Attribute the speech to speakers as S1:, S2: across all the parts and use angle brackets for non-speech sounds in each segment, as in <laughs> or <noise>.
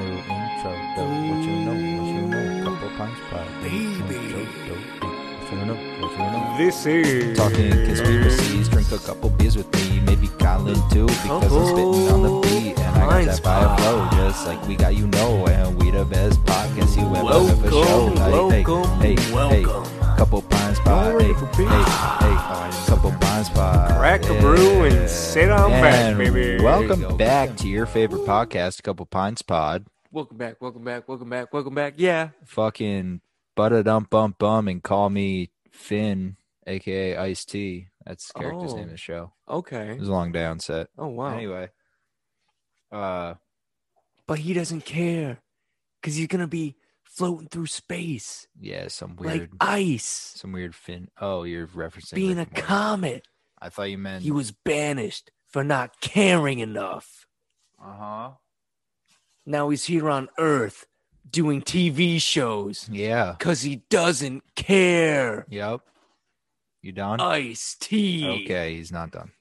S1: show, do. What you know, what you know. Couple pints pride. Baby. What you know, what you know.
S2: This is
S1: Talking conspiracies, drink a couple beers with me, maybe Colin too, because I'm spitting on
S2: Oh,
S1: the beat and I got that fire flow, just like we got you know, and we the best podcast you ever ever show. Like,
S3: welcome,
S1: hey, hey,
S3: welcome.
S1: hey, couple pints pod, hey, hey,
S2: ready
S1: hey,
S2: for peace.
S1: oh, yeah, couple pints pod.
S2: Crack a brew and sit on back, baby.
S3: There you
S1: Welcome
S3: go.
S1: back to your favorite podcast, Couple Pints Pod.
S3: Welcome back, welcome back, welcome back, welcome back. Yeah.
S1: Fucking butt a dump bump bum and call me Finn, aka Ice T. That's the character's
S3: Oh.
S1: name of the show. It
S3: Okay.
S1: was a long day on set.
S3: Oh wow.
S1: Anyway, uh,
S3: But he doesn't care. Cause he's gonna be floating through space
S1: yeah, some weird,
S3: like ice,
S1: some weird Finn. Oh, you're referencing
S3: being a
S1: Rick and Morty.
S3: comet.
S1: I thought you meant
S3: He was banished for not caring enough.
S1: Uh huh.
S3: Now he's here on Earth doing TV shows
S1: Yeah.
S3: because he doesn't care.
S1: Yep. You done?
S3: Oh, Ice tea.
S1: okay, he's not done.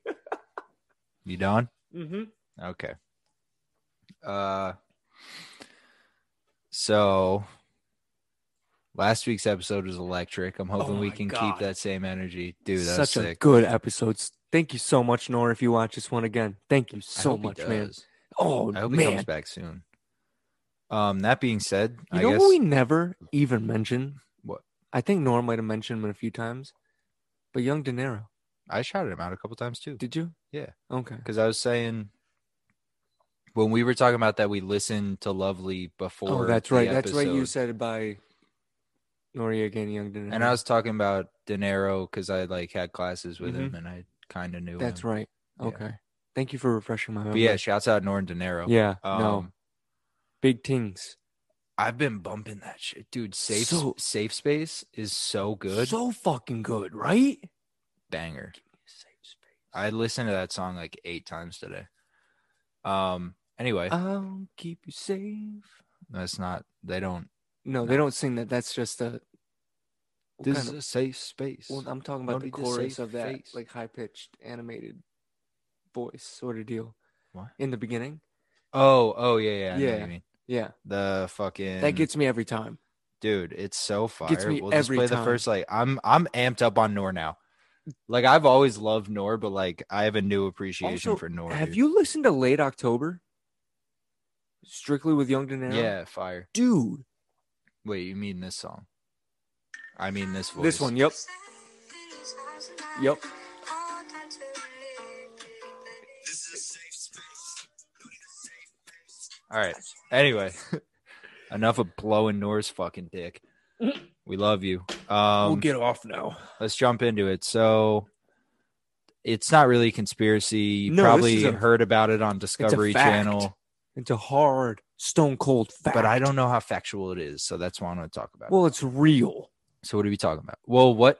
S1: you done?
S3: Mm-hmm.
S1: Okay. Uh so last week's episode was electric. I'm hoping we
S3: Oh my
S1: can
S3: God.
S1: keep that same energy. Dude, that was
S3: Such a
S1: sick.
S3: good episode. Thank you so much, Nora. If you watch this one again, thank you
S1: I
S3: so
S1: hope he
S3: much, man.
S1: does.
S3: Oh
S1: I hope he
S3: man,
S1: comes back soon. Um that being said,
S3: you
S1: I
S3: know
S1: guess
S3: what we never even mentioned?
S1: What?
S3: I think Nora might have mentioned him a few times, but Young De Niro,
S1: I shouted him out a couple times too.
S3: did you?
S1: Yeah.
S3: Okay.
S1: Because I was saying when we were talking about that we listened to Lovely before.
S3: oh, that's
S1: the
S3: right. That's right. You
S1: episode.
S3: said it by Noriega and Young De Niro.
S1: And I was talking about De Niro because I like had classes with
S3: Mhm.
S1: him and I kind of knew
S3: That's
S1: him.
S3: right.
S1: Yeah.
S3: Okay. Thank you for refreshing my
S1: But
S3: memory.
S1: yeah, shouts out Norton De Niro.
S3: Um, Yeah.
S1: Um,
S3: no. Big things.
S1: I've been bumping that shit, dude. Safe
S3: So-
S1: Safe Space is so good,
S3: So fucking good, right?
S1: banger.
S3: Safe space.
S1: I listened to that song like eight times today. Um. Anyway,
S3: Uh, I'll keep you safe.
S1: that's not. They don't.
S3: No, they don't sing that. That's just a. what
S1: This
S3: kind
S1: is
S3: of-
S1: a safe space.
S3: well, I'm talking about the
S1: Nobody just
S3: chorus
S1: say
S3: of that
S1: face.
S3: like high pitched animated voice sort of deal
S1: What?
S3: in the beginning.
S1: Oh. Oh. Yeah. Yeah. I know what you
S3: Yeah.
S1: mean.
S3: Yeah,
S1: The fucking
S3: that gets me every time.
S1: dude. It's so fire.
S3: gets me
S1: we'll
S3: every
S1: just play
S3: time.
S1: the first. Like I'm. I'm amped up on Nor now. Like I've always loved Nor, but like I have a new appreciation
S3: Also,
S1: for Nor.
S3: Have
S1: dude.
S3: you listened to Late October? Strictly with Young De Niro.
S1: Yeah. Fire.
S3: dude,
S1: Wait, you mean this song? I mean this voice.
S3: this one. Yep, yep.
S1: All right. Anyway, <laughs> enough of blowing Nor's fucking dick. We love you. Um,
S3: we'll get off now.
S1: let's jump into it. So, it's not really a conspiracy. You
S3: No, this
S1: probably
S3: is a-
S1: heard about it on Discovery
S3: fact.
S1: Channel,
S3: It's a hard, stone cold fact.
S1: but I don't know how factual it is. So that's why I'm going to talk about.
S3: Well, it's real.
S1: it. So what are we talking about? Well, what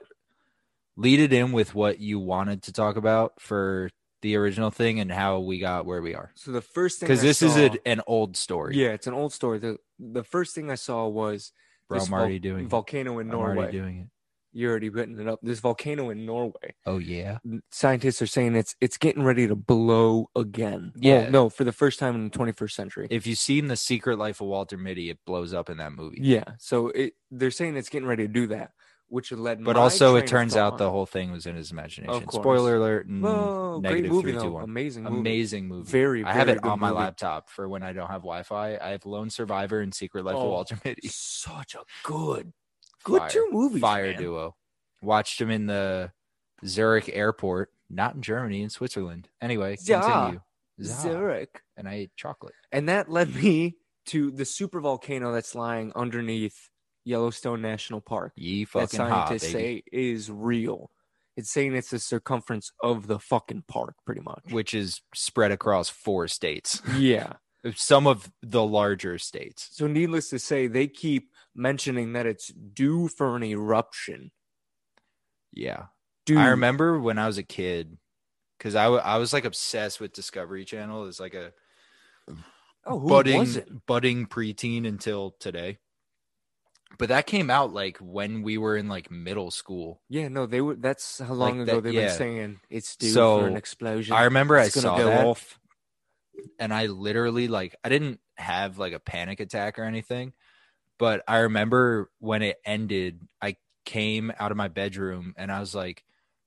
S1: lead it in with what you wanted to talk about for the original thing and how we got where we are.
S3: So the first thing
S1: because
S3: I
S1: this is
S3: saw-
S1: a, an old story.
S3: Yeah, it's an old story. The the first thing I saw was
S1: bro,
S3: this
S1: I'm already
S3: vol-
S1: doing it.
S3: volcano in
S1: I'm
S3: Norway.
S1: already doing it.
S3: You're already written it up. This volcano in Norway.
S1: Oh yeah,
S3: Scientists are saying it's it's getting ready to blow again.
S1: Yeah.
S3: Well, no, for the first time in the 21st century.
S1: if you've seen the Secret Life of Walter Mitty, it blows up in that movie.
S3: yeah. So it they're saying it's getting ready to do that, which led.
S1: But
S3: my
S1: also,
S3: train
S1: it
S3: of
S1: turns out the
S3: thought-
S1: whole thing was in his imagination.
S3: course.
S1: Spoiler alert! mm,
S3: Whoa, great
S1: negative
S3: movie
S1: three, two,
S3: though.
S1: one.
S3: Amazing, movie.
S1: Amazing movie.
S3: Very,
S1: I have
S3: very
S1: it
S3: good
S1: on my
S3: movie.
S1: laptop for when I don't have Wi-Fi. I have Lone Survivor and Secret Life
S3: Oh,
S1: of Walter Mitty.
S3: Such a good, good
S1: Fire.
S3: two <laughs> movies.
S1: Fire
S3: man.
S1: duo. Watched him in the Zurich airport, not in Germany, in Switzerland. Anyway,
S3: Zah.
S1: continue. Zah.
S3: Zurich.
S1: And I ate chocolate.
S3: And that led me to the super volcano that's lying underneath Yellowstone National Park.
S1: Ye
S3: That
S1: fucking ha,
S3: scientists
S1: baby.
S3: say is real. It's saying it's the circumference of the fucking park, pretty much.
S1: <laughs> which is spread across four states,
S3: yeah.
S1: some of the larger states.
S3: So, needless to say, they keep mentioning that it's due for an eruption.
S1: Yeah.
S3: Dude,
S1: I remember when I was a kid, because I wa- I was like obsessed with Discovery Channel as like a
S3: Oh, who
S1: budding,
S3: was it?
S1: budding preteen until today. But that came out like when we were in like middle school.
S3: Yeah, no, they were. That's how long
S1: Like
S3: ago
S1: that-
S3: they've
S1: yeah.
S3: been saying it's due
S1: So,
S3: for an explosion.
S1: I remember
S3: It's
S1: I
S3: gonna
S1: saw
S3: go
S1: that
S3: off.
S1: and I literally like I didn't have like a panic attack or anything. But I remember when it ended, I came out of my bedroom and I was like,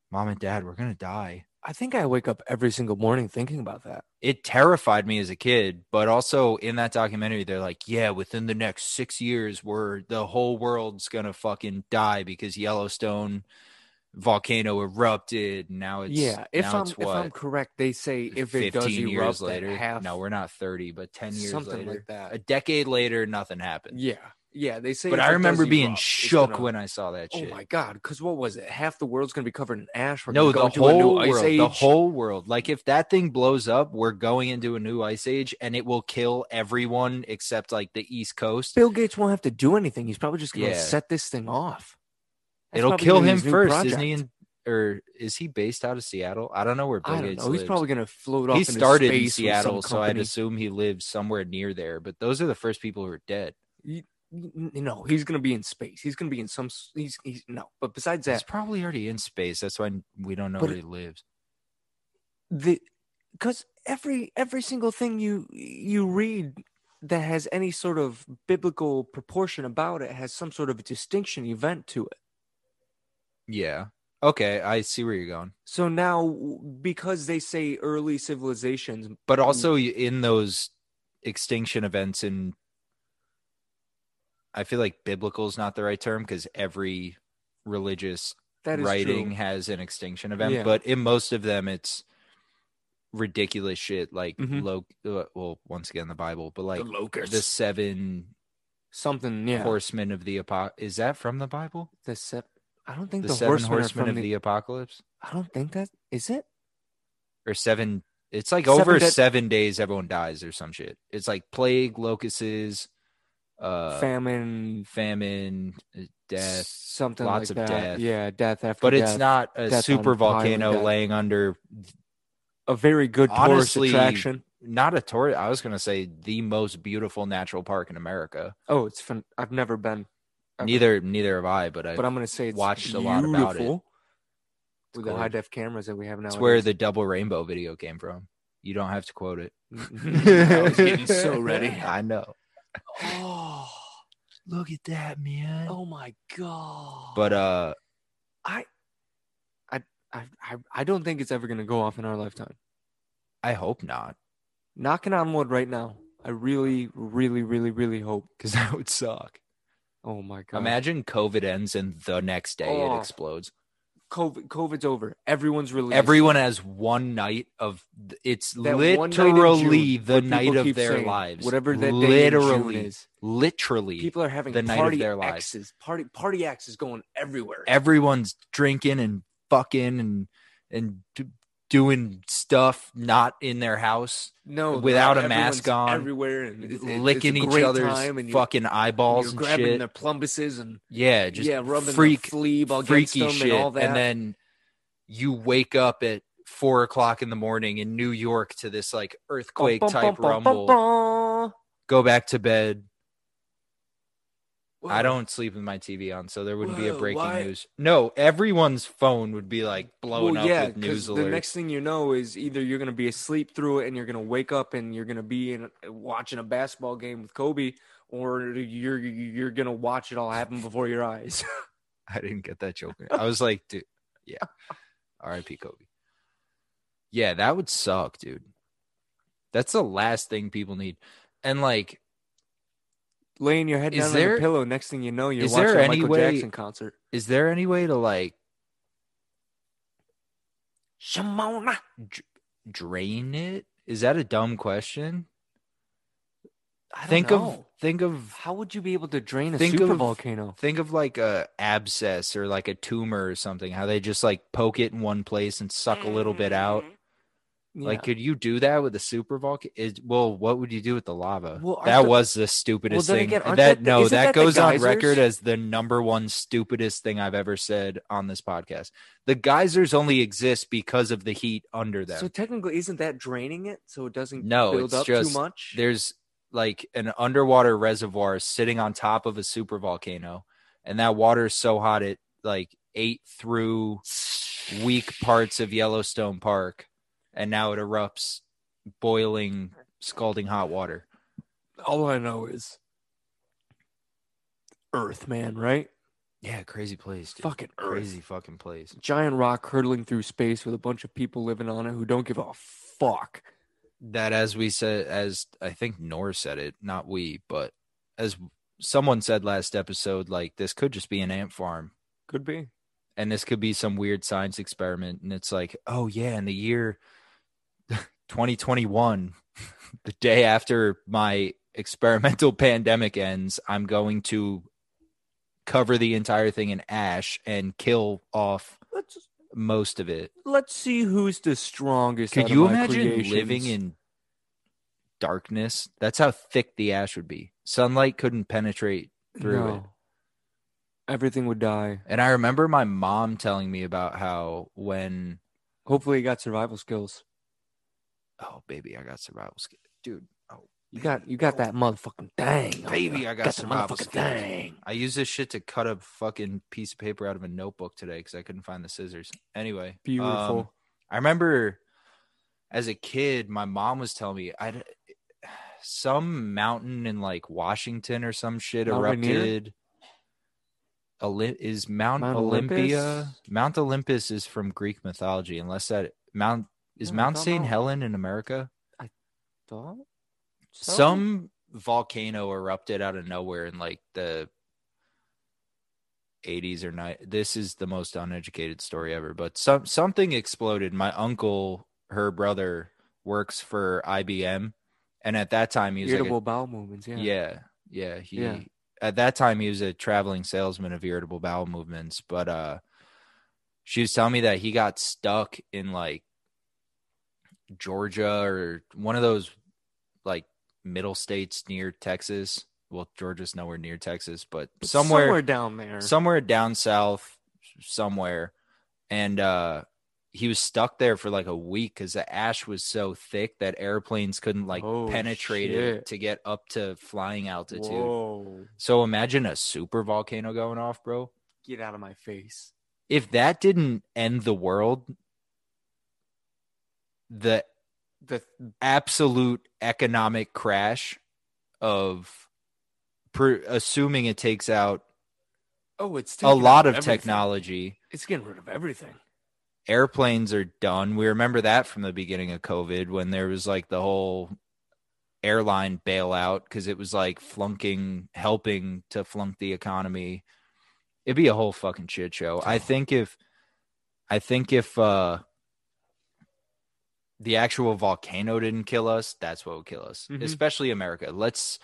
S1: Mom and Dad, we're going to die.
S3: I think I wake up every single morning thinking about that.
S1: It terrified me as a kid. But also in that documentary, they're like, yeah, within the next six years, we're the whole world's going to fucking die because Yellowstone volcano erupted. Now it's,
S3: yeah, if
S1: now
S3: I'm
S1: it's
S3: if I'm
S1: what,
S3: correct, they say if it
S1: 15
S3: does
S1: years
S3: erupt
S1: later.
S3: later, half
S1: no, we're not 30, but 10 years
S3: something
S1: later.
S3: like that.
S1: a decade later, nothing happened.
S3: yeah, yeah, they say.
S1: but
S3: if
S1: I
S3: it does
S1: remember being
S3: erupt, it's
S1: shook
S3: gonna-
S1: when I saw that
S3: Oh
S1: shit.
S3: my god! Because what was it? Half the world's gonna be covered in ash. We're
S1: no,
S3: gonna go
S1: the
S3: into a new
S1: whole
S3: ice
S1: world,
S3: age.
S1: the whole world. Like if that thing blows up, we're going into a new ice age, and it will kill everyone except like the East Coast.
S3: Bill Gates won't have to do anything. He's probably just gonna
S1: Yeah.
S3: set this thing off. That's
S1: It'll
S3: probably
S1: kill
S3: gonna be
S1: him
S3: his new
S1: first,
S3: project.
S1: isn't he? In, or is he based out of Seattle? I don't know where Bill
S3: I don't
S1: Gates
S3: know. He's
S1: lives.
S3: probably gonna float off.
S1: he
S3: into
S1: started in
S3: space with some
S1: Seattle, so I'd
S3: company.
S1: assume he lives somewhere near there. But those are the first people who are dead.
S3: N- No, he's gonna be in space. He's gonna be in some. s- He's he's no. But besides
S1: He's
S3: that,
S1: probably already in space. That's why we don't know
S3: But
S1: where he lives.
S3: the because every every single thing you you read that has any sort of biblical proportion about it has some sort of distinction event to it.
S1: Yeah. Okay, I see where you're going.
S3: So now, w- because they say early civilizations,
S1: But also y- in those extinction events in I feel like biblical is not the right term because every religious
S3: that is
S1: writing
S3: true.
S1: has an extinction event,
S3: Yeah.
S1: but in most of them, it's ridiculous shit like
S3: Mhm.
S1: lo- uh, well, once again, the Bible, but like
S3: the
S1: the,
S3: locusts,
S1: seven
S3: something, yeah.
S1: horsemen of the apocalypse. Is that from the Bible?
S3: the sep- I don't think
S1: The,
S3: the,
S1: seven
S3: horsemen,
S1: horsemen,
S3: are from
S1: of the... apocalypse,
S3: I don't think that is it.
S1: or seven? It's like
S3: Seven
S1: over
S3: dead-
S1: seven days, everyone dies or some shit. It's like plague, locusts, uh,
S3: Famine,
S1: famine, uh, death.
S3: something
S1: lots
S3: like
S1: of
S3: that.
S1: death.
S3: Yeah, death after.
S1: But
S3: death.
S1: it's not a
S3: death on
S1: super
S3: fire and
S1: volcano
S3: death.
S1: laying under
S3: a very good tourist
S1: Honestly-
S3: attraction.
S1: not a tourist. I was gonna say the most beautiful natural park in America.
S3: Oh, it's fun. I've never been, I've-
S1: Neither, neither have I. But I,
S3: but I'm gonna say it's
S1: watched a
S3: beautiful
S1: lot about it.
S3: With
S1: cool.
S3: the high def cameras that we have now,
S1: it's where
S3: <laughs>
S1: the double rainbow video came from. You don't have to quote it.
S3: I was
S1: <laughs>
S3: getting so ready.
S1: I know.
S3: <laughs> Oh,
S1: Look at that, man.
S3: oh my god!
S1: But uh,
S3: I, I, I don't think it's ever gonna go off in our lifetime.
S1: I hope not,
S3: Knocking on wood right now. I really, really, really, really hope.
S1: because <laughs> that would suck.
S3: Oh my god!
S1: Imagine COVID ends and the next day
S3: Oh.
S1: it explodes.
S3: COVID, COVID's over. Everyone's released.
S1: Everyone has one night of it's
S3: That one night in June
S1: literally the
S3: where people
S1: night of
S3: keep
S1: their
S3: saying,
S1: lives.
S3: Whatever that day in June
S1: literally,
S3: is,
S1: literally.
S3: people are having
S1: the night of
S3: party
S1: their lives.
S3: X's. Party party X is going everywhere.
S1: everyone's drinking and fucking and and d- doing stuff not in their house,
S3: no,
S1: without a
S3: everyone's
S1: mask on,
S3: everywhere and it- it- it's
S1: licking
S3: a
S1: each
S3: great
S1: other's
S3: time and you-
S1: fucking eyeballs
S3: you're
S1: and
S3: grabbing
S1: shit.
S3: their plumbuses and
S1: yeah, just
S3: yeah, rubbing
S1: freak
S3: the flebe against
S1: freaky
S3: them
S1: shit.
S3: and all that.
S1: then you wake up at four o'clock in the morning in New York to this like
S3: Bum,
S1: earthquake
S3: bum,
S1: type
S3: bum, bum, bum,
S1: rumble.
S3: bum.
S1: Go back to bed. I
S3: Whoa.
S1: don't sleep with my TV on, so there wouldn't be a
S3: Whoa,
S1: breaking
S3: why-
S1: news. No, everyone's phone would be like blowing
S3: well,
S1: up
S3: yeah,
S1: with news
S3: 'cause
S1: alerts.
S3: the next thing you know is either you're going to be asleep through it and you're going to wake up and you're going to be in, watching a basketball game with Kobe, or you're you're going to watch it all happen before your eyes. <laughs>
S1: <laughs> I didn't get that joke. I was like, dude, yeah. R.I.P. Kobe. Yeah, that would suck, dude. That's the last thing people need. And like,
S3: Laying your head
S1: Is
S3: down on
S1: there-
S3: the pillow. Next thing you know, you're
S1: is
S3: watching
S1: there
S3: a
S1: any
S3: Michael
S1: way-
S3: Jackson concert.
S1: is there any way to like
S3: Shimona.
S1: drain it? Is that a dumb question?
S3: I don't
S1: think
S3: know.
S1: of think of
S3: how would you be able to drain a
S1: Think
S3: super
S1: of-
S3: volcano?
S1: think of like a abscess or like a tumor or something. How they just like poke it in one place and suck a little bit out.
S3: Mm-hmm.
S1: Like, could you do that with a super volcano? Well, what would you do with the lava?
S3: Well, aren't
S1: that
S3: the-
S1: was the stupidest
S3: then
S1: thing.
S3: again,
S1: that,
S3: aren't that the-
S1: no,
S3: isn't
S1: that,
S3: that the
S1: goes on
S3: geysers?
S1: record as the number one stupidest thing I've ever said on this podcast. The geysers only exist because of the heat under them.
S3: so technically, isn't that draining it so it doesn't
S1: No,
S3: build
S1: it's
S3: up
S1: just-
S3: too much?
S1: There's like an underwater reservoir sitting on top of a super volcano, and that water is so hot it like ate through weak parts of Yellowstone Park, and now it erupts boiling, scalding hot water.
S3: all I know is Earth, man, right?
S1: Yeah, crazy place. dude.
S3: Fucking Earth.
S1: crazy fucking place.
S3: Giant rock hurtling through space with a bunch of people living on it who don't give a fuck.
S1: That, as we said, as I think Nor said it, not we, but as someone said last episode, like this could just be an ant farm.
S3: Could be.
S1: and this could be some weird science experiment and it's like oh yeah in the year <laughs> 2021 <laughs> the day after my experimental <laughs> pandemic ends i'm going to cover the entire thing in ash and kill off
S3: Let's
S1: most of it
S3: let's see who's the strongest.
S1: could
S3: out of
S1: you
S3: my
S1: imagine living
S3: creations.
S1: in darkness that's how thick the ash would be sunlight couldn't penetrate through it
S3: Everything would die.
S1: and i remember my mom telling me about how when
S3: Hopefully, you got survival skills.
S1: oh baby i got survival skills dude oh
S3: You got you got that motherfucking thing,
S1: Baby, I got
S3: the
S1: survival
S3: motherfucking
S1: skills.
S3: thing.
S1: I used this shit to cut a fucking piece of paper out of a notebook today because I couldn't find the scissors. Anyway, um,
S3: Beautiful.
S1: I remember as a kid, my mom was telling me I some mountain in like Washington or some shit
S3: Mount Rainier?
S1: erupted. Oli- is Mount,
S3: Mount
S1: Olympia?
S3: Olympus?
S1: Mount Olympus is from Greek mythology, unless that Mount is
S3: No, I
S1: Mount
S3: don't
S1: St.
S3: know.
S1: Helen in America.
S3: Dog? So-
S1: some volcano erupted out of nowhere in like the 80s or 90s. This is the most uneducated story ever, but some something exploded. My uncle, her brother, works for IBM, and at that time he was like a-
S3: irritable bowel movements. Yeah.
S1: yeah, yeah, he
S3: Yeah.
S1: at that time he was a traveling salesman of irritable bowel movements, but uh she was telling me that he got stuck in like Georgia or one of those like middle states near Texas. Well, Georgia's nowhere near Texas, but
S3: But
S1: somewhere
S3: down there.
S1: somewhere down south somewhere and uh he was stuck there for like a week because the ash was so thick that airplanes couldn't like
S3: Oh,
S1: penetrate
S3: shit.
S1: it to get up to flying altitude
S3: Whoa!
S1: so imagine a super volcano going off bro
S3: Get out of my face.
S1: if that didn't end the world the
S3: The
S1: absolute economic crash of per, assuming it takes out
S3: oh, it's
S1: a
S3: taking
S1: lot
S3: rid
S1: of
S3: everything.
S1: technology
S3: It's getting rid of everything.
S1: airplanes are done. We remember that from the beginning of COVID when there was like the whole airline bailout because it was like flunking, helping to flunk the economy. It'd be a whole fucking shit show. I think if, I think if, uh, the actual volcano didn't kill us, that's what would kill us,
S3: Mhm.
S1: especially America. Let's,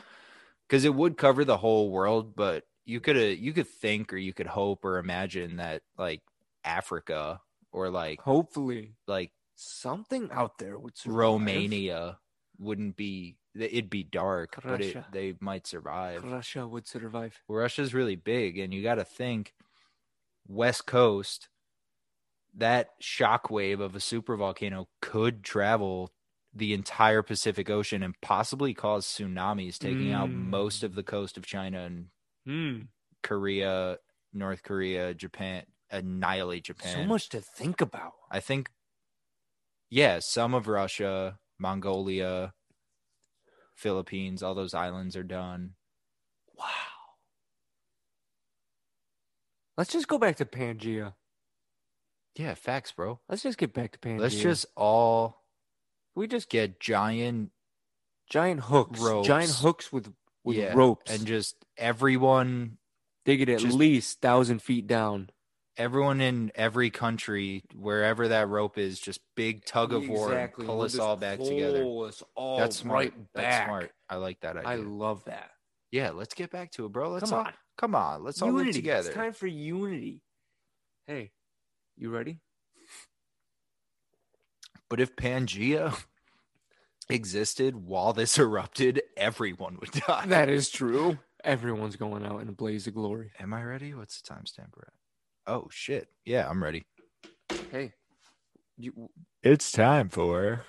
S1: because it would cover the whole world, but you could, uh, you could think or you could hope or imagine that like Africa or like
S3: Hopefully,
S1: like
S3: something out there would survive.
S1: Romania wouldn't be th- it'd be dark, but it,
S3: Russia.
S1: they might survive.
S3: Russia would survive.
S1: Russia's really big, and you got to think West Coast. That shockwave of a supervolcano could travel the entire Pacific Ocean and possibly cause tsunamis, taking out
S3: Mm.
S1: most of the coast of China and
S3: Hmm.
S1: Korea, North Korea, Japan, annihilate Japan.
S3: So much to think about.
S1: I think, yeah, some of Russia, Mongolia, Philippines, all those islands are done.
S3: Wow. Let's just go back to Pangea.
S1: Yeah, facts, bro.
S3: Let's just get back to Pangea.
S1: Let's just all
S3: we just get
S1: get giant
S3: giant hooks, giant
S1: Ropes.
S3: hooks with with
S1: yeah,
S3: ropes,
S1: and
S3: and
S1: just everyone,
S3: dig it at
S1: just-
S3: least thousand feet down.
S1: everyone in every country, wherever that rope is, just big tug of war, and
S3: Exactly.
S1: pull
S3: We'll
S1: us
S3: just
S1: all back together.
S3: pull us all
S1: That's smart.
S3: right
S1: That's
S3: back.
S1: smart. I like that idea.
S3: I love that.
S1: yeah, let's get back to it, bro. Let's
S3: Come
S1: all,
S3: on,
S1: come on. Let's all
S3: unity.
S1: live together.
S3: It's time for unity. Hey, you ready?
S1: But if Pangea <laughs> existed while this <laughs> erupted, everyone would die.
S3: <laughs> That is true. Everyone's going out in a blaze of glory.
S1: Am I ready? What's the timestamp we're at? Oh shit. Yeah, I'm ready.
S3: Hey, you,
S1: It's time for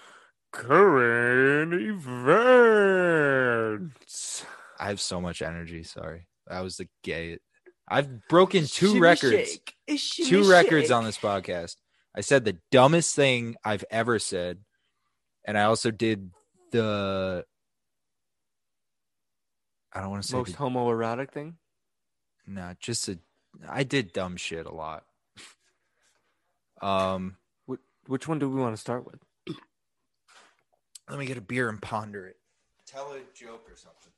S2: Current events.
S1: I have so much energy, sorry. I was the gay. I've broken two
S3: Shimmy
S1: records.
S3: shake. It's shimmy
S1: Two records
S3: shake.
S1: on this podcast. I said the dumbest thing I've ever said. And I also did the I don't want to say
S3: Most
S1: the-
S3: homoerotic thing?
S1: no, just a. I did dumb shit a lot. um,
S3: Which one do we want to start with?
S1: let me get a beer and ponder it. Tell a joke or something.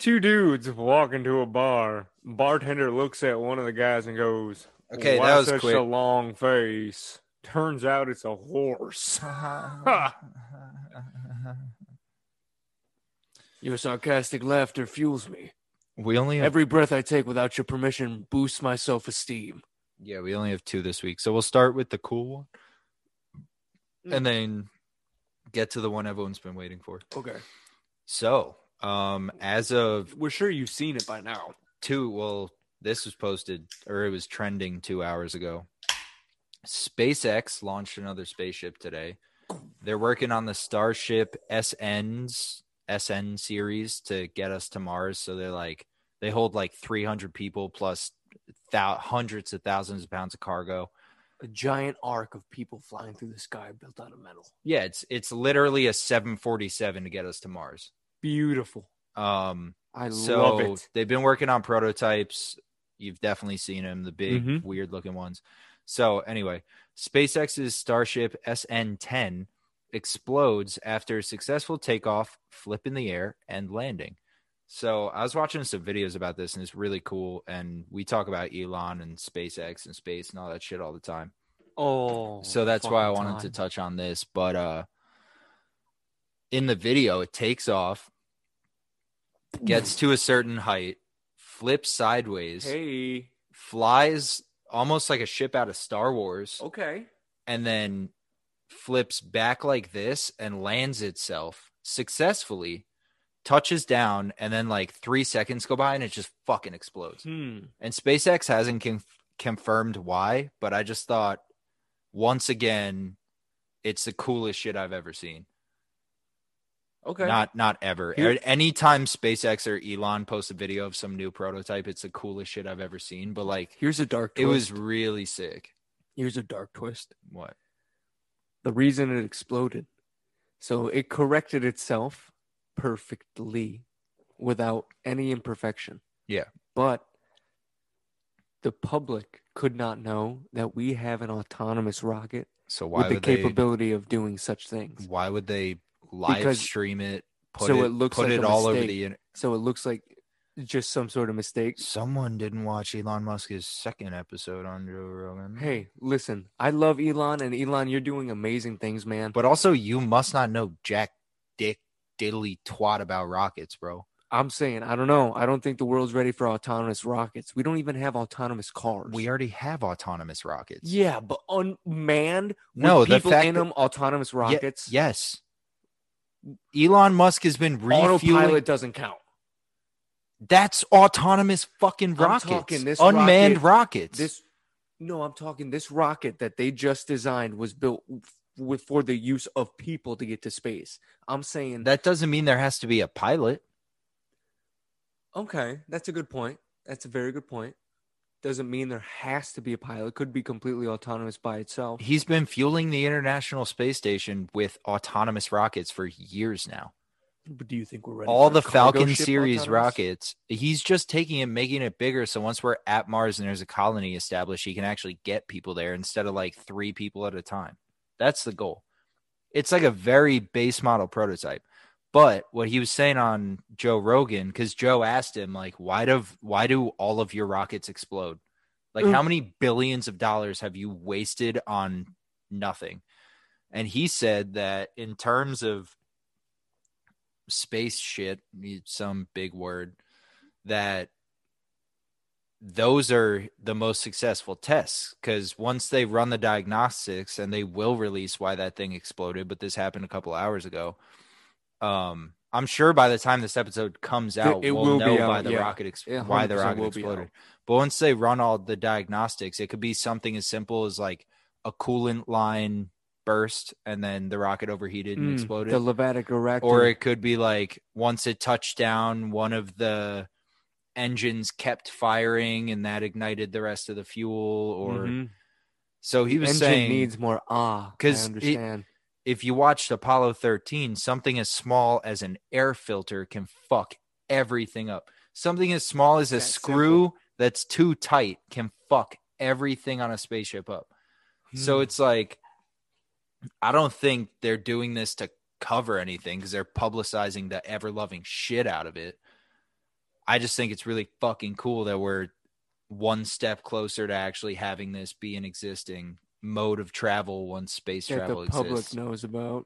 S2: Two dudes walk into a bar. Bartender looks at one of the guys and goes,
S1: Okay,
S2: "Why
S1: that was
S2: such
S1: quick.
S2: a long face?" Turns out it's a horse. <laughs>
S3: Your sarcastic laughter fuels me.
S1: we only have
S3: Every breath I take without your permission boosts my self esteem.
S1: yeah, we only have two this week, so we'll start with the cool one, and then get to the one everyone's been waiting for.
S3: Okay.
S1: So, um, as of
S3: We're sure you've seen it by now.
S1: two, well, this was posted or it was trending two hours ago. SpaceX launched another spaceship today. They're working on the Starship SN's SN series to get us to Mars. So they're like they hold like 300 people plus thou- hundreds of thousands of pounds of cargo.
S3: A giant arc of people flying through the sky built out of metal.
S1: Yeah, it's it's literally a 747 to get us to Mars.
S3: Beautiful.
S1: Um,
S3: I
S1: so
S3: love it.
S1: they've been working on prototypes. You've definitely seen them, the big,
S3: Mm-hmm.
S2: Mhm.
S1: weird looking ones. So, anyway, SpaceX's Starship SN 10 explodes after a successful takeoff, flip in the air, and landing. So, I was watching some videos about this, and it's really cool. And we talk about Elon and SpaceX and space and all that shit all the time
S3: Oh.
S1: so that's why I
S3: fucking
S1: wanted to
S3: time.
S1: touch on this. But uh in the video, it takes off, gets to a certain height, flips sideways,
S3: Hey.
S1: flies almost like a ship out of Star Wars,
S3: Okay.
S1: and then flips back like this and lands itself successfully, touches down, and then like three seconds go by and it just fucking explodes.
S3: Hmm.
S1: And SpaceX hasn't con- confirmed why, but I just thought once again, it's the coolest shit I've ever seen.
S3: Okay.
S1: Not not ever.
S3: Here-
S1: A- Anytime SpaceX or Elon posts a video of some new prototype, it's the coolest shit I've ever seen. But like,
S3: Here's a dark
S1: it
S3: twist.
S1: was really sick.
S3: Here's a dark twist.
S1: What?
S3: The reason it exploded. So it corrected itself perfectly without any imperfection.
S1: Yeah.
S3: But the public could not know that we have an autonomous rocket
S1: So why
S3: with the
S1: would they?
S3: capability of doing such things.
S1: Why would they live
S3: Because-
S1: stream it? Put
S3: so
S1: it,
S3: it looks
S1: put
S3: like
S1: it
S3: a
S1: all over
S3: mistake.
S1: the. in-
S3: So it looks like just some sort of mistake.
S1: Someone didn't watch Elon Musk's second episode on Joe Rogan.
S3: Hey, listen, I love Elon and Elon, you're doing amazing things, man.
S1: But also, you must not know jack dick diddly twat about rockets, bro.
S3: I'm saying, I don't know. I don't think the world's ready for autonomous rockets. We don't even have autonomous cars.
S1: We already have autonomous rockets.
S3: Yeah, but unmanned. With
S1: No, the
S3: people
S1: fact
S3: in
S1: that-
S3: them autonomous rockets.
S1: yes, Elon Musk has been refueling.
S3: autopilot doesn't count.
S1: That's autonomous fucking
S3: I'm
S1: rockets,
S3: talking this
S1: unmanned rockets.
S3: This, no, I'm talking this rocket that they just designed was built f- with for the use of people to get to space. I'm saying
S1: that doesn't mean there has to be a pilot.
S3: Okay, that's a good point. That's a very good point. Doesn't mean there has to be a pilot. Could be completely autonomous by itself.
S1: He's been fueling the International Space Station with autonomous rockets for years now.
S3: But do you think we're ready?
S1: all
S3: for
S1: the
S3: a cargo
S1: Falcon
S3: ship
S1: series
S3: autonomous?
S1: rockets. He's just taking it, making it bigger. So once we're at Mars and there's a colony established, he can actually get people there instead of like three people at a time. That's the goal. It's like a very base model prototype. But what he was saying on Joe Rogan, because Joe asked him, like, why do why do all of your rockets explode? Like, how many billions of dollars have you wasted on nothing? And he said that in terms of space shit, some big word, that those are the most successful tests because once they run the diagnostics and they will release why that thing exploded, but this happened a couple hours ago. Um, I'm sure by the time this episode comes out,
S3: it
S1: we'll
S3: will
S1: know
S3: be out,
S1: why the
S3: yeah.
S1: rocket ex-
S3: It
S1: why the
S3: 100%
S1: rocket
S3: will be
S1: exploded.
S3: out.
S1: But once they run all the diagnostics, it could be something as simple as like a coolant line burst and then the rocket overheated and
S3: Mm,
S1: exploded
S3: The Levatic Erector.
S1: or it could be like once it touched down one of the engines kept firing and that ignited the rest of the fuel or
S2: Mhm.
S1: so he was
S3: Mm-hmm. engine
S1: saying
S3: needs more ah.
S1: 'Cause it-
S3: Because I understand.
S1: if you watched Apollo 13, something as small as an air filter can fuck everything up. Something as small as a
S3: That
S1: screw that's too tight can fuck everything on a spaceship up. So
S3: Hmm.
S1: it's like, I don't think they're doing this to cover anything because they're publicizing the ever loving shit out of it. I just think it's really fucking cool that we're one step closer to actually having this be an existing mode of travel once space
S3: that
S1: travel
S3: the public
S1: exists.
S3: knows about.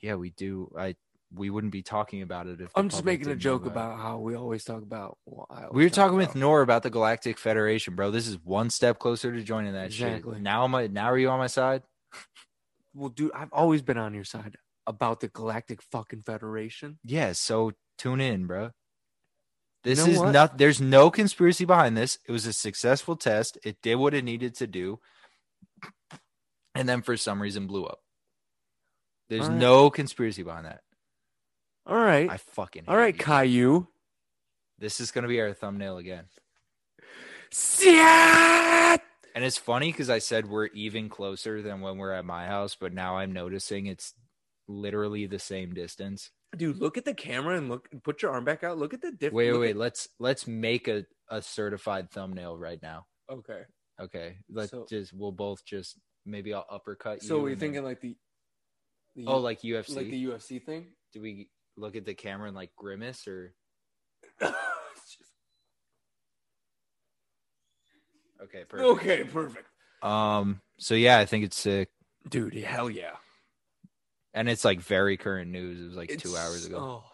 S1: Yeah, we do. I we wouldn't be talking about it if the
S3: I'm just
S1: public
S3: making a
S1: didn't know
S3: joke about how we always talk about. Well, I
S1: it.
S3: always
S1: We were
S3: talk
S1: talking with
S3: about-
S1: Nor about the Galactic Federation, bro. This is one step closer to joining that
S3: Exactly.
S1: shit. Now am I? Now are you on my side?
S3: Well, dude, I've always been on your side about the Galactic fucking Federation.
S1: Yeah. So tune in, bro. This
S3: know
S1: is
S3: what?
S1: not. There's no conspiracy behind this. It was a successful test. It did what it needed to do, and then for some reason blew up. There's
S3: All right.
S1: no conspiracy behind that.
S3: All right,
S1: I fucking.
S3: all
S1: hate
S3: right,
S1: you.
S3: Caillou.
S1: This is gonna be our thumbnail again.
S3: Yeah!
S1: And it's funny because I said we're even closer than when we're at my house, but now I'm noticing it's literally the same distance.
S3: Dude, look at the camera and look. Put your arm back out. Look at the difference.
S1: Wait, wait, wait. Let's let's make a, a certified thumbnail right now.
S3: Okay.
S1: Okay. Let's
S3: So-
S1: just we'll both just maybe I'll uppercut you.
S3: So we're
S1: and then-
S3: thinking like the, the
S1: Oh, like UFC.
S3: like the UFC thing. <laughs>
S1: Do we look at the camera and like grimace or okay, perfect.
S3: okay, perfect.
S1: Um so yeah, I think it's sick.
S3: Dude, hell yeah.
S1: And it's like very current news. It was like two
S3: It's-
S1: hours ago.
S3: oh.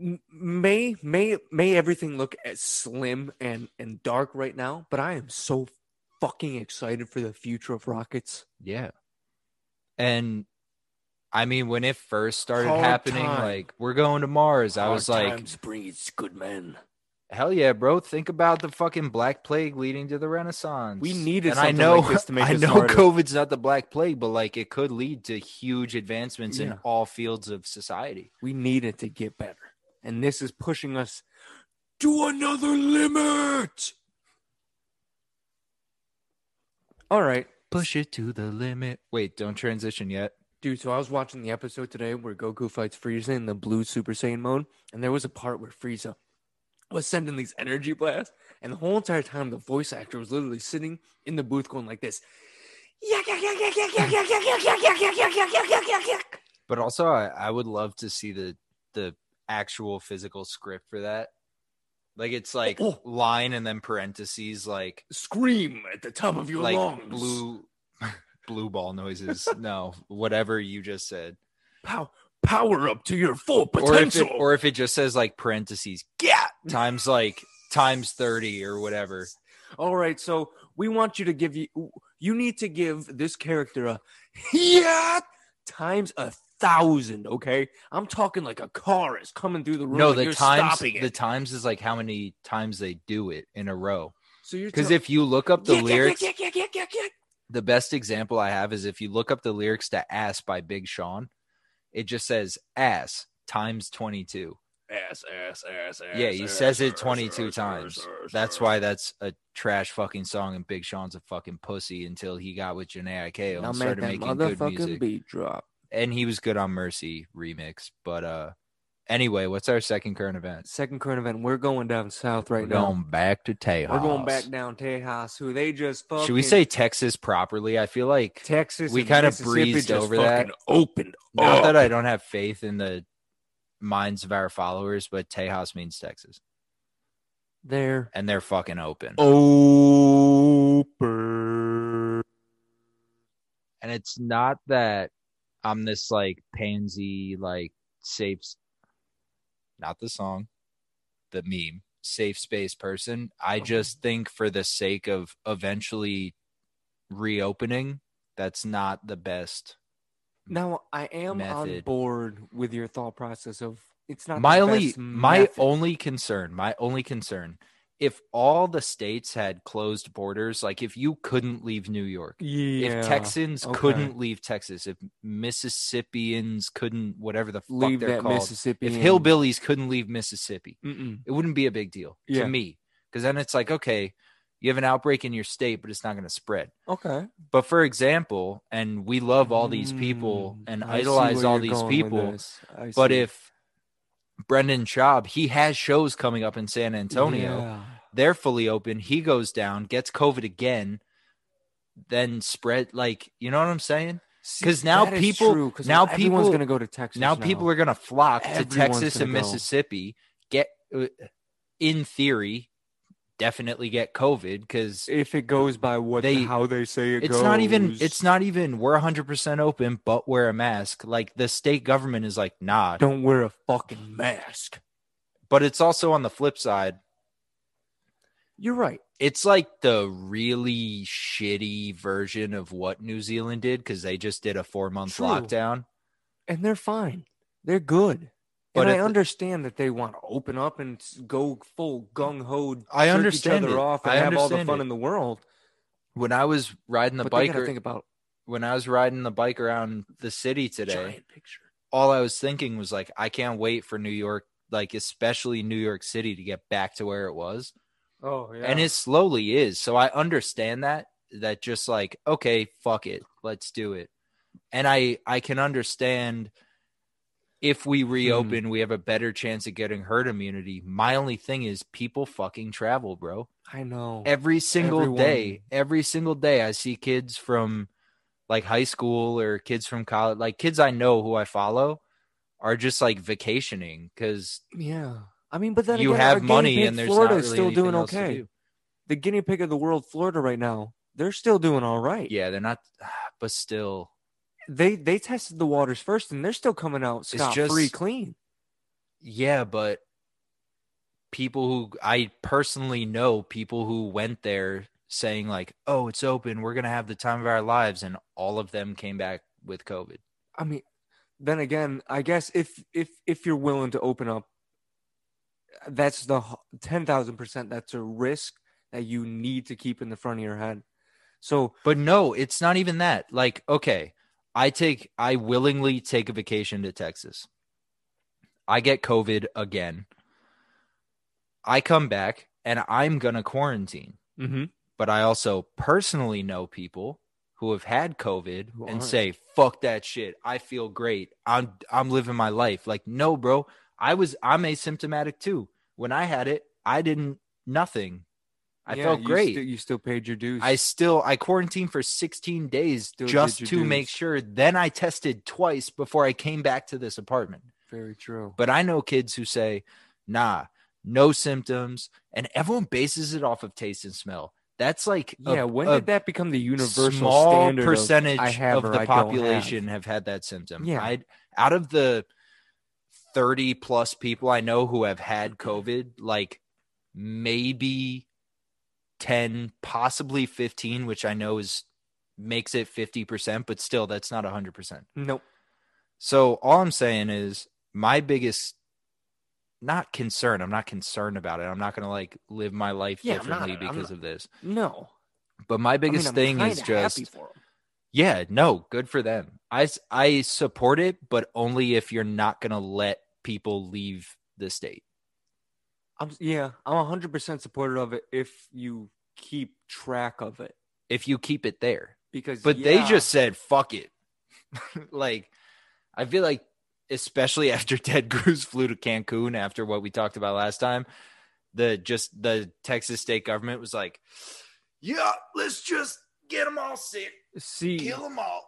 S3: M- May may may everything look as slim and and dark right now, but I am so fucking excited for the future of rockets.
S1: Yeah. And I mean, when it first started
S3: Hard
S1: happening,
S3: time.
S1: like we're going to Mars, I was like,
S3: bring its good men.
S1: hell yeah, bro. Think about the fucking Black Plague leading to the Renaissance.
S3: We needed
S1: and I
S3: something
S1: know,
S3: like this to make
S1: <laughs> I
S3: us
S1: know
S3: smarter.
S1: COVID's not the Black Plague, but like it could lead to huge advancements in
S3: Yeah.
S1: all fields of society.
S3: We needed to get better, and this is pushing us to another limit. All right,
S1: Push it to the limit. Wait, don't transition yet.
S3: Dude, so I was watching the episode today where Goku fights Frieza in the blue Super Saiyan mode, and there was a part where Frieza was sending these energy blasts, and the whole entire time the voice actor was literally sitting in the booth going like this. "Yak, yak, yak, yak, yak, yak, yak, yak, yak, yak, yak, yak, yak, yak, yak, yak, yak, yak."
S1: But also, I, I would love to see the the actual physical script for that. Like it's like
S3: Oh.
S1: line and then parentheses, like
S3: Scream at the top of your
S1: like
S3: lungs.
S1: blue <laughs> blue ball noises. no, whatever you just said,
S3: Pow- power up to your full
S1: or if
S3: potential.
S1: it or if it just says like parentheses, yeah, times like times thirty or whatever.
S3: All right, so we want you to give you you need to give this character a yeah times a thousand. Okay, I'm talking like a car is coming through the room.
S1: No,
S3: and
S1: the
S3: you're
S1: times
S3: stopping it.
S1: the times is like how many times they do it in a row.
S3: so you're
S1: Because
S3: tell-
S1: if you look up the
S3: Yeah, yeah, yeah,
S1: lyrics,
S3: yeah, yeah, yeah, yeah, yeah.
S1: the best example I have is if you look up the lyrics to "Ass" by Big Sean, it just says "ass" times twenty two.
S3: ass, ass, ass, ass.
S1: Yeah, he
S3: ass,
S1: says it
S3: ass,
S1: 22
S3: ass,
S1: times.
S3: ass, ass,
S1: That's
S3: ass.
S1: why that's a trash fucking song, and Big Sean's a fucking pussy until he got with Janae Ikeo
S3: Now
S1: and
S3: make
S1: started
S3: that
S1: making good
S3: motherfucking
S1: music.
S3: beat drop.
S1: And he was good on Mercy remix. But uh, anyway, what's our second current event?
S3: Second current event. We're going down south right
S1: We're
S3: now.
S1: going back to Tejas.
S3: We're going back down Tejas, who they just fucking.
S1: Should we say Texas properly? I feel like
S3: Texas?
S1: we
S3: and
S1: kinda
S3: Mississippi
S1: breezed
S3: just
S1: over that.
S3: fucking Opened.
S1: not
S3: up.
S1: that I don't have faith in the minds of our followers, but Tejas means Texas,
S3: there.
S1: and they're fucking open.
S3: Open.
S1: and it's not that I'm this like pansy like safe s- not the song the meme safe space person I just think for the sake of eventually reopening that's not the best
S3: Now I am on
S1: Method.
S3: board with your thought process of it's not
S1: my
S3: the
S1: only
S3: best
S1: my
S3: method.
S1: only concern my only concern if all the states had closed borders like if you couldn't leave New York
S3: yeah.
S1: if Texans
S3: okay.
S1: couldn't leave Texas, if Mississippians couldn't, whatever the fuck
S3: leave
S1: they're
S3: that
S1: called,
S3: Mississippi,
S1: if
S3: in-
S1: hillbillies couldn't leave Mississippi,
S3: Mm-mm.
S1: it wouldn't be a big deal
S3: Yeah.
S1: to me. Because then it's like, okay, You have an outbreak in your state, but it's not going to spread.
S3: Okay.
S1: But for example, and we love all these people and
S3: Mm, I see
S1: idolize
S3: where
S1: all
S3: you're
S1: these
S3: going with
S1: people.
S3: this. I
S1: But
S3: see.
S1: if Brendan Schaub, he has shows coming up in San Antonio.
S3: Yeah.
S1: They're fully open. He goes down, gets COVID again, then spread. Like, you know what I'm saying?
S3: See,
S1: 'Cause now
S3: that is
S1: people-
S3: true, 'cause
S1: now
S3: everyone's
S1: people-
S3: gonna go to Texas.
S1: now people are going to flock to
S3: Everyone's
S1: Texas and
S3: gonna go.
S1: Mississippi. Get, uh, in theory, definitely get COVID because
S3: if it goes by what
S1: They-
S3: how they say it
S1: it's
S3: goes.
S1: not even it's not even we're 100% open but wear a mask like the state government is like nah
S3: Don't wear a fucking mask.
S1: but it's also on the flip side
S3: You're right.
S1: it's like the really shitty version of what new zealand did because they just did a four month
S3: True.
S1: lockdown
S3: and they're fine. They're good.
S1: But
S3: But
S1: at
S3: I
S1: the-
S3: understand that they want to open up and s- go full gung ho.
S1: I understand
S3: each other
S1: it.
S3: off and
S1: I
S3: have all the
S1: understand
S3: fun
S1: it.
S3: in the world.
S1: when i was riding the
S3: but they
S1: bike
S3: gotta
S1: ar-
S3: think about
S1: when i was riding the bike around the city today
S3: giant picture.
S1: all i was thinking was like i can't wait for new york like especially new york city to get back to where it was
S2: Oh yeah.
S1: and it slowly is. So I understand that that just like okay, fuck it, let's do it. And I I can understand if we reopen,
S3: Hmm.
S1: we have a better chance of getting herd immunity. My only thing is people fucking travel, bro.
S3: I know.
S1: Every single
S3: Everyone.
S1: day, every single day I see kids from like high school or kids from college, like kids I know who I follow are just like vacationing cuz
S3: yeah. I mean, but then
S1: you
S3: again, our
S1: have
S3: guinea
S1: money
S3: pig
S1: and there's
S3: Florida
S1: not
S3: is
S1: really
S3: still
S1: anything
S3: doing
S1: else to
S3: okay.
S1: do.
S3: The guinea pig of the world, Florida, right now, they're still doing all right.
S1: Yeah, they're not <sighs> but still
S3: They they tested the waters first, and they're still coming out scot free,
S1: just-
S3: clean.
S1: Yeah, but people who I personally know, people who went there saying like, "Oh, it's open. We're going to have the time of our lives." And all of them came back with COVID.
S3: I mean, then again, I guess if if if you're willing to open up, that's the ten thousand percent. That's a risk that you need to keep in the front of your head. So
S1: But no, it's not even that. Like, okay, I take I willingly take a vacation to Texas. I get COVID again. I come back and I'm going to quarantine. but I also personally know people who have had COVID
S3: Who
S1: and
S3: aren't.
S1: say, "Fuck that shit. I feel great. I'm I'm living my life." Like, no, bro. I was I'm asymptomatic too. When I had it, I didn't nothing. I
S3: Yeah,
S1: felt
S3: you
S1: great.
S3: sti- you still paid your dues.
S1: I still I quarantined for 16 days
S3: Still did
S1: just to
S3: your
S1: make
S3: dues.
S1: sure. Then I tested twice before I came back to this apartment.
S3: very true.
S1: But I know kids who say, nah, no symptoms. And everyone bases it off of taste and smell. That's like a-
S3: yeah, when
S1: a
S3: did that become the universal
S1: small
S3: standard of,
S1: percentage
S3: "I have
S1: of
S3: or
S1: the
S3: I don't have"?
S1: population have. had that symptom.
S3: Yeah.
S1: I out of the 30 plus people I know who have had COVID, like maybe 10, possibly 15, which I know is makes it 50%, but still that's not 100%.
S3: Nope.
S1: So all I'm saying is my biggest not concern. I'm not concerned about it. I'm not going to like live my life
S3: Yeah, I'm not-
S1: differently
S3: I'm
S1: because of this.
S3: No.
S1: But my biggest
S3: I mean, I'm
S1: thing is
S3: kinda happy
S1: just
S3: for 'em.
S1: yeah, no, good for them. I s- I support it, but only if you're not going to let people leave the state.
S3: I'm, yeah, I'm 100% supportive of it if you keep track of it
S1: If you keep it there.
S3: because
S1: But they
S3: yeah,
S1: just said fuck it. <laughs> like I feel like especially <laughs> after Ted Cruz flew to Cancun after what we talked about last time, the just the Texas state government was like, "Yeah, let's just get them all sick,
S3: see
S1: kill them all.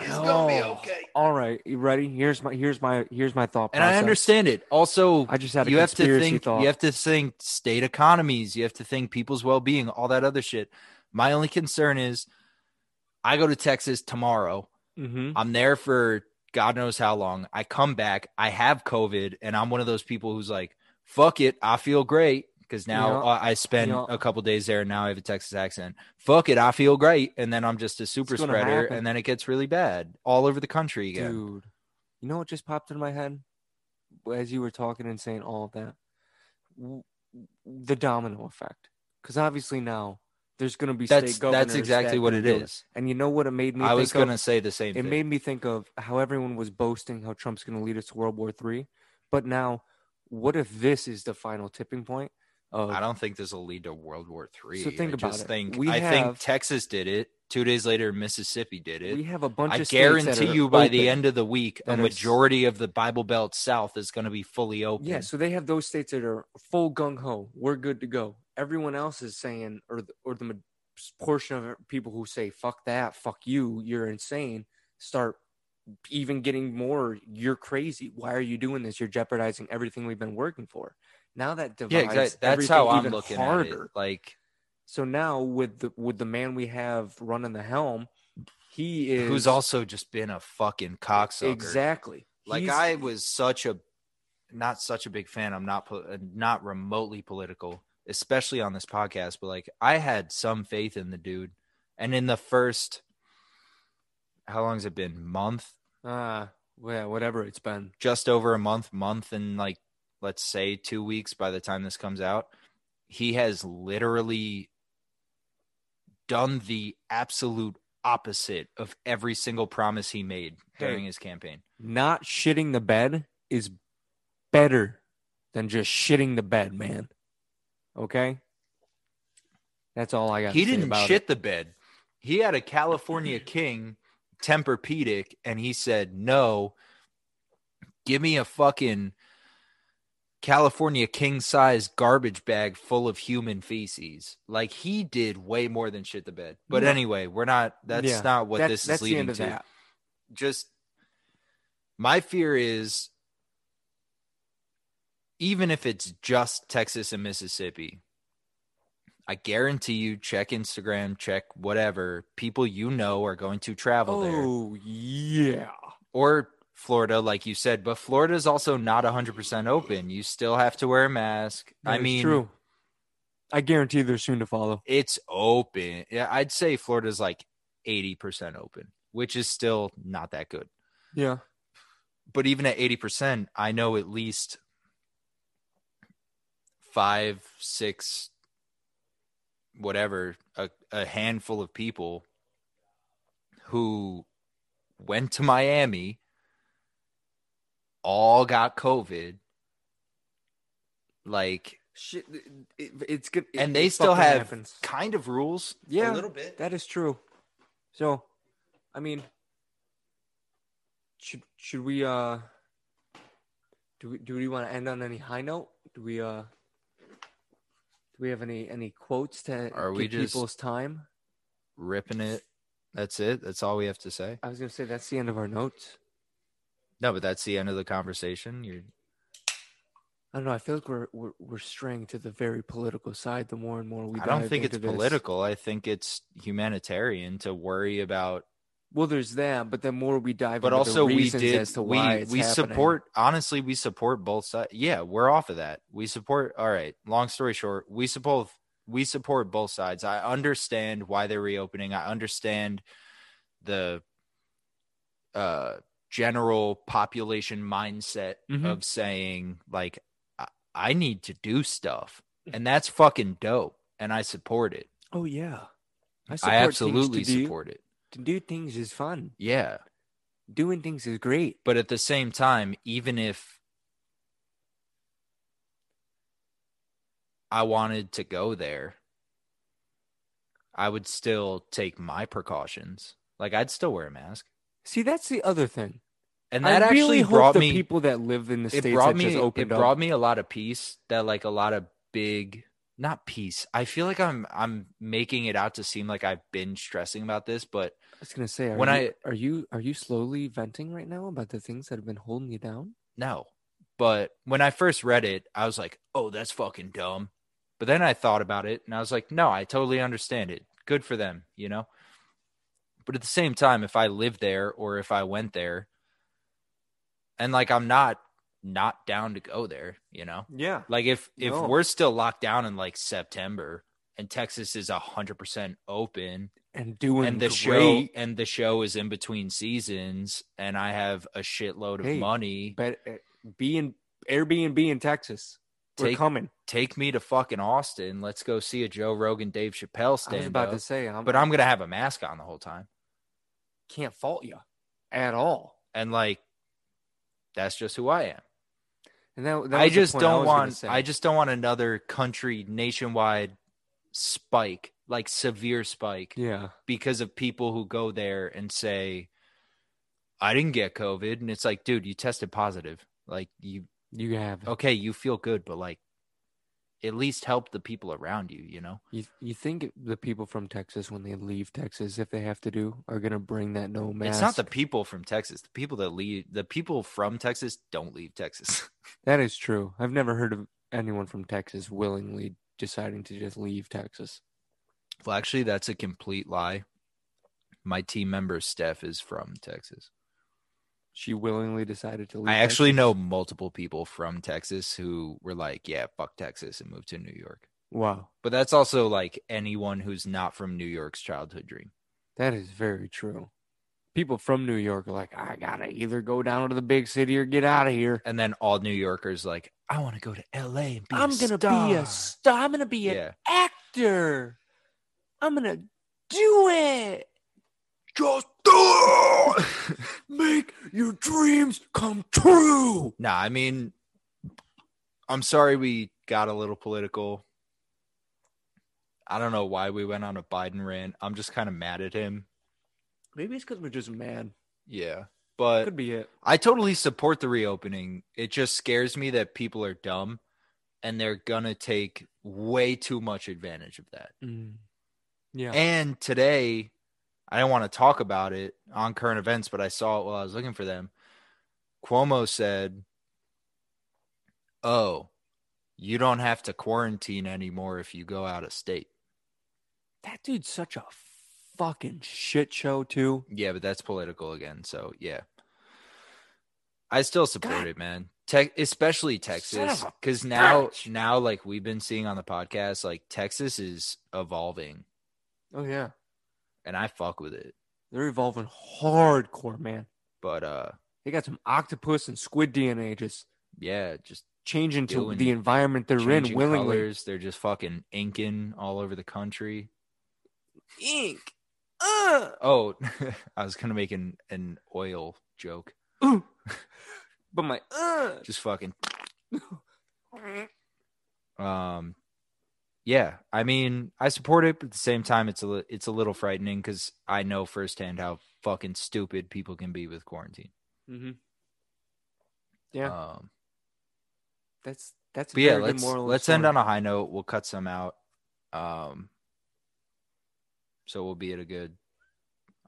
S1: It's
S3: Oh,
S1: going to be okay."
S3: All right, you ready? Here's my here's my here's my thought.
S1: And I
S3: process.
S1: understand it. Also,
S3: I just had a
S1: you have to
S3: conspiracy
S1: think
S3: thought.
S1: you have to think state economies you have to think people's well-being all that other shit my only concern is i go to texas tomorrow
S3: Mhm.
S1: i'm there for god knows how long i come back i have covid and i'm one of those people who's like fuck it i feel great because now
S3: Yeah.
S1: uh, i spend
S3: Yeah.
S1: a couple days there and now i have a texas accent fuck it i feel great and then i'm just a super
S3: gonna
S1: spreader
S3: happen.
S1: and then it gets really bad all over the country again
S3: dude. You know what just popped into my head as you were talking and saying all of that? W- The domino effect. Because obviously now there's going to be
S1: that's
S3: state governors.
S1: that's exactly
S3: that
S1: what
S3: do
S1: it
S3: do
S1: is
S3: And you know what it made me.
S1: i
S3: think
S1: was
S3: of?
S1: gonna say the same
S3: It
S1: thing
S3: made me think of how everyone was boasting how Trump's going to lead us to World War III. But now, what if this is the final tipping point of
S1: I don't think this will lead to World War Three.
S3: So think
S1: I
S3: about
S1: just
S3: it.
S1: think
S3: We
S1: I
S3: have-
S1: think Texas did it. Two days later, Mississippi did it.
S3: we have a bunch
S1: I
S3: of states that
S1: guarantee
S3: are
S1: you by the
S3: open.
S1: end of the week, a
S3: that are-
S1: majority of the Bible Belt South is going to be fully open.
S3: Yeah, so they have those states that are full gung ho. We're good to go. Everyone else is saying, or the, or the ma- portion of people who say, "Fuck that, fuck you, you're insane." Start even getting more. You're crazy. Why are you doing this? You're jeopardizing everything we've been working for. Now that divides
S1: yeah, exactly. That's
S3: everything
S1: how I'm
S3: even
S1: looking at
S3: harder.
S1: it. Like,
S3: So now with the with the man we have running the helm, he is
S1: who's also just been a fucking cocksucker.
S3: exactly
S1: Like,
S3: He's-
S1: I was such a not such a big fan. I'm not po- uh, not remotely political, especially on this podcast. But like, I had some faith in the dude, and in the first, how long has it been? Month,
S3: uh yeah whatever it's been
S1: just over a month, month and like let's say two weeks by the time this comes out, he has literally done the absolute opposite of every single promise he made
S3: Hey.
S1: during his campaign.
S3: not shitting the bed is better than just shitting the bed, man. Okay? That's all I got.
S1: He
S3: to say
S1: didn't
S3: about
S1: shit
S3: It.
S1: the bed. He had a
S3: <laughs>
S1: California King Tempur-Pedic and he said, "No, give me a fucking California King size garbage bag full of human feces." Like he did way more than shit the bed. But
S3: No.
S1: anyway, we're not that's
S3: Yeah,
S1: not what
S3: That's-
S1: this
S3: that's
S1: is leading
S3: the end of
S1: to.
S3: that.
S1: Just my fear is even if it's just Texas and Mississippi, I guarantee you, check Instagram, check whatever, people you know are going to travel there
S3: Oh yeah.
S1: or Florida, like you said. But Florida is also not 100% open. You still have to wear a mask.
S3: That
S1: I
S3: is
S1: mean,
S3: true. I guarantee they're soon to follow.
S1: it's open. Yeah, I'd say Florida's like 80% open, which is still not that good.
S3: Yeah.
S1: But even at 80%, I know at least five, six, whatever, a, a handful of people who went to Miami, all got COVID. Like,
S3: Shit, it, it's good.
S1: and they still have kind of rules.
S3: Yeah.
S1: bit.
S3: That is true. So, I mean, should should we uh do we do we want to end on any high note? Do we uh do we have any any quotes to
S1: Are we
S3: give
S1: just-
S3: people's time?
S1: Ripping it. That's it. That's all we have to say.
S3: I was gonna say that's the end of our notes.
S1: No, but that's the end of the conversation. You're
S3: I don't know. I feel like we're we're, we're straying to the very political side the more and more we.
S1: I don't
S3: dive
S1: think it's
S3: into this.
S1: political. I think it's humanitarian to worry about.
S3: Well, there's that, but the more we dive,
S1: But
S3: into
S1: also,
S3: the
S1: we
S3: reasons
S1: did.
S3: as to why
S1: We
S3: it's
S1: we
S3: happening.
S1: support. Honestly, we support both sides. Yeah, we're off of that. We support. All right. Long story short, we support. We support both sides. I understand why they're reopening. I understand the uh, general population mindset
S3: Mhm.
S1: of saying like, I, I need to do
S3: <laughs>
S1: stuff, and that's fucking dope, and I support it.
S3: Oh yeah,
S1: I,
S3: things to
S1: absolutely
S3: do.
S1: support it.
S3: To do things is fun.
S1: Yeah.
S3: doing things is great.
S1: But at the same time, even if I wanted to go there, I would still take my precautions. Like I'd still wear a mask.
S3: See, that's the other thing.
S1: And
S3: I
S1: that actually
S3: really hope
S1: brought
S3: the
S1: me
S3: people that live in the
S1: it
S3: states
S1: brought
S3: that
S1: me
S3: just
S1: it
S3: opened up.
S1: brought me a lot of peace that like a lot of big not peace. I feel like I'm I'm making it out to seem like I've been stressing about this, but
S3: I was gonna say, are
S1: when
S3: you,
S1: I-
S3: are you are you slowly venting right now about the things that have been holding you down?
S1: No. But when I first read it, I was like, oh, that's fucking dumb. But then I thought about it and I was like, no, I totally understand it. Good for them, you know? But at the same time, if I lived there or if I went there, and like I'm not not down to go there, you know?
S3: Yeah,
S1: Like if if
S3: No.
S1: we're still locked down in like September and Texas is hundred percent open
S3: and doing
S1: and the
S3: great.
S1: show and the show is in between seasons and I have a shitload of
S3: Hey,
S1: money.
S3: But uh, be in Airbnb in Texas. We're
S1: Take-
S3: coming.
S1: take me to fucking Austin. Let's go see a Joe Rogan, Dave Chappelle
S3: I was
S1: stand
S3: about
S1: up.
S3: to say, I'm,
S1: But I'm gonna have a mask on the whole time,
S3: can't fault you at all.
S1: and like, that's just who I am.
S3: And that, that
S1: I
S3: was the
S1: just
S3: point I
S1: don't
S3: was gonna
S1: want
S3: say.
S1: I just don't want another country nationwide spike, like severe spike
S3: yeah.
S1: because of people who go there and say I didn't get COVID and it's like dude, you tested positive. Like you
S3: You have
S1: okay, you feel good, but like at least help the people around you, you know?
S3: you. You think the people from Texas when they leave Texas, if they have to do, are gonna bring that no mask?
S1: It's not the people from Texas. The people that leave the people from Texas don't leave Texas. <laughs>
S3: That is true. I've never heard of anyone from Texas willingly deciding to just leave Texas.
S1: well, actually that's a complete lie. My team member Steph is from Texas.
S3: She willingly decided to leave.
S1: I actually
S3: Texas.
S1: know multiple people from Texas who were like, yeah, fuck Texas and moved to New York.
S3: Wow,
S1: But that's also like anyone who's not from New York's childhood dream.
S3: that is very true. People from New York are like, I gotta either go down to the big city or get out of here.
S1: And then all New Yorkers like, I want to go to LA and be
S3: I'm
S1: a
S3: gonna
S1: star.
S3: be a star. I'm gonna be an
S1: Yeah.
S3: actor. I'm gonna do it.
S1: Just do it!
S3: <laughs> Make your dreams come true.
S1: nah, I mean, I'm sorry we got a little political. I don't know why we went on a Biden rant. I'm just kind of mad at him.
S3: Maybe it's because we're just mad.
S1: Yeah. But
S3: Could be it.
S1: I totally support the reopening. It just scares me that people are dumb and they're going to take way too much advantage of that.
S3: Mm. Yeah.
S1: And today, I don't want to talk about it on current events, but I saw it while I was looking for them. Cuomo said, Oh, you don't have to quarantine anymore if you go out of state.
S3: that dude's such a fucking shit show too.
S1: Yeah, but that's political again. So, yeah. I still support
S3: God.
S1: it, man. Tech, especially Texas,
S3: Son of a
S1: because now,
S3: bitch.
S1: now, like we've been seeing on the podcast, like Texas is evolving,
S3: Oh yeah.
S1: and I fuck with it.
S3: They're evolving hardcore, man.
S1: But uh,
S3: They got some octopus and squid DNA just
S1: yeah, just
S3: changing to
S1: Doing-
S3: the environment they're in
S1: changing
S3: willingly.
S1: colors. They're just fucking inking all over the country.
S3: Ink. Uh.
S1: Oh, <laughs> I was gonna make an an oil joke.
S3: Ooh. <laughs> but my uh.
S1: Just fucking um yeah i mean i support it but at the same time it's a li- it's a little frightening because i know firsthand how fucking stupid people can be with quarantine
S3: Mm-hmm. Yeah,
S1: um
S3: that's that's.
S1: but
S3: a
S1: yeah
S3: very good
S1: let's
S3: moral of the
S1: let's end
S3: story.
S1: on a high note we'll cut some out um so we'll be at a good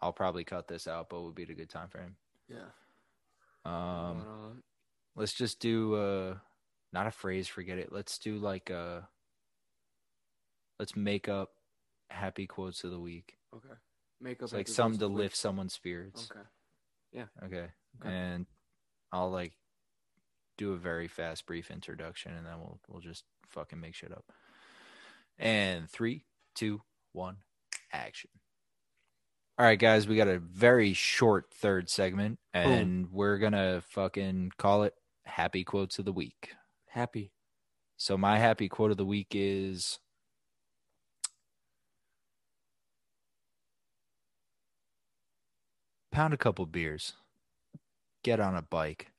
S1: i'll probably cut this out but we'll be at a good time frame
S3: yeah.
S1: um
S3: Hold on.
S1: let's just do uh not a phrase forget it let's do like uh let's make up happy quotes of the week
S3: okay. Makeup
S1: It's like something to lift someone's spirits.
S3: Okay.
S1: Okay.
S3: Okay.
S1: And I'll like do a very fast, brief introduction, and then we'll we'll just fucking make shit up. And three, two, one, action. All right, guys, we got a very short third segment, and we're gonna fucking call it happy quotes of the week.
S3: Happy.
S1: So my happy quote of the week is pound a couple beers, get on a bike,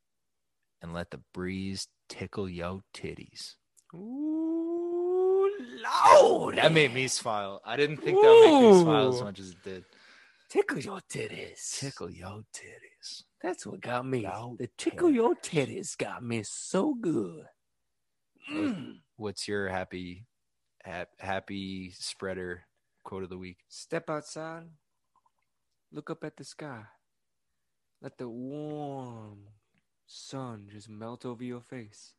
S1: and let the breeze tickle yo titties.
S3: Ooh, loud.
S1: That made me smile. I didn't think that would make me smile as
S3: Ooh.
S1: much as it did.
S3: tickle your titties.
S1: Tickle yo titties.
S3: That's what got me.
S1: Yo
S3: the tickle your titties got me so good. Mm.
S1: What's your happy hap- happy spreader quote of the week?
S3: Step outside. Look up at the sky. Let the warm sun just melt over your face.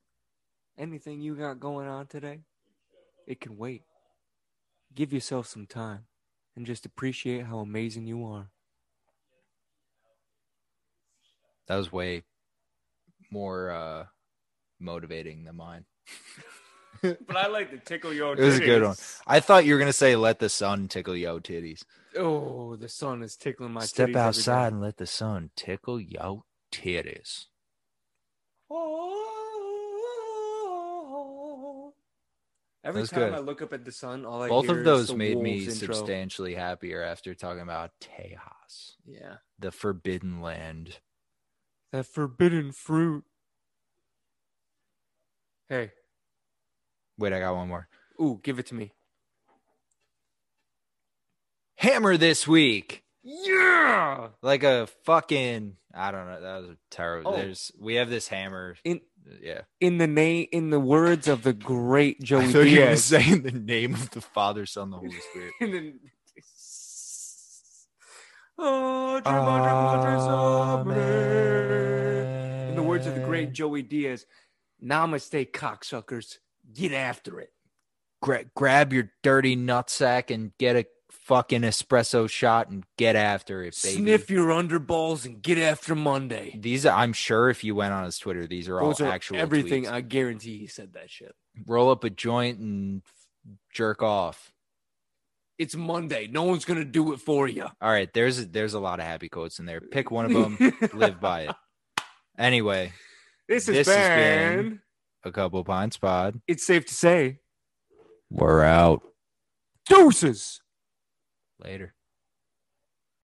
S3: Anything you got going on today, it can wait. Give yourself some time and just appreciate how amazing you are.
S1: That was way more uh motivating than mine. <laughs>
S2: But I like to tickle your.
S1: It was a good one.
S2: titties.
S1: I thought you were gonna say let the sun tickle yo titties.
S3: Oh, the sun is tickling my titties
S1: Step
S3: every
S1: outside
S3: day.
S1: and let the sun tickle yo titties.
S3: Every
S1: That's
S3: time
S1: Oh. good.
S3: I look up at the sun, all I
S1: Both
S3: hear
S1: of
S3: is
S1: those
S3: the
S1: made me
S3: Wolves intro.
S1: substantially happier after talking about Tejas,
S3: Yeah,
S1: the forbidden land.
S3: that forbidden fruit.
S2: Hey,
S1: Wait, I got one more.
S3: Ooh, give it to me.
S1: Hammer this week.
S2: yeah.
S1: Like a fucking I don't know. That was terrible.
S3: Oh.
S1: There's we have this hammer.
S3: In
S1: Yeah.
S3: in the na- in the words of the great
S1: <laughs>
S3: Joey
S1: I thought you were
S3: Diaz. <laughs>
S1: saying the name of the Father, Son, the Holy Spirit.
S3: And then- Oh, Jehovah, Jehovah, Jehovah. In the words of the
S1: Eh.
S3: great Joey Diaz, Namaste, cocksuckers. Get after it.
S1: Gra- grab your dirty nutsack and get a fucking espresso shot and get after it, baby.
S3: Sniff your underballs and get after Monday.
S1: These, I'm sure, if you went on his Twitter, these are
S3: Those
S1: all
S3: are
S1: actual
S3: everything.
S1: tweets.
S3: I guarantee he said that shit.
S1: Roll up a joint and jerk off.
S3: It's Monday. No one's gonna do it for you.
S1: All right, there's there's a lot of happy quotes in there. Pick one of
S3: <laughs>
S1: them, live by it. Anyway,
S3: this has
S1: This has
S3: been,
S1: been- a couple pints pod.
S3: It's safe to say.
S1: We're out
S3: Deuces.
S1: later.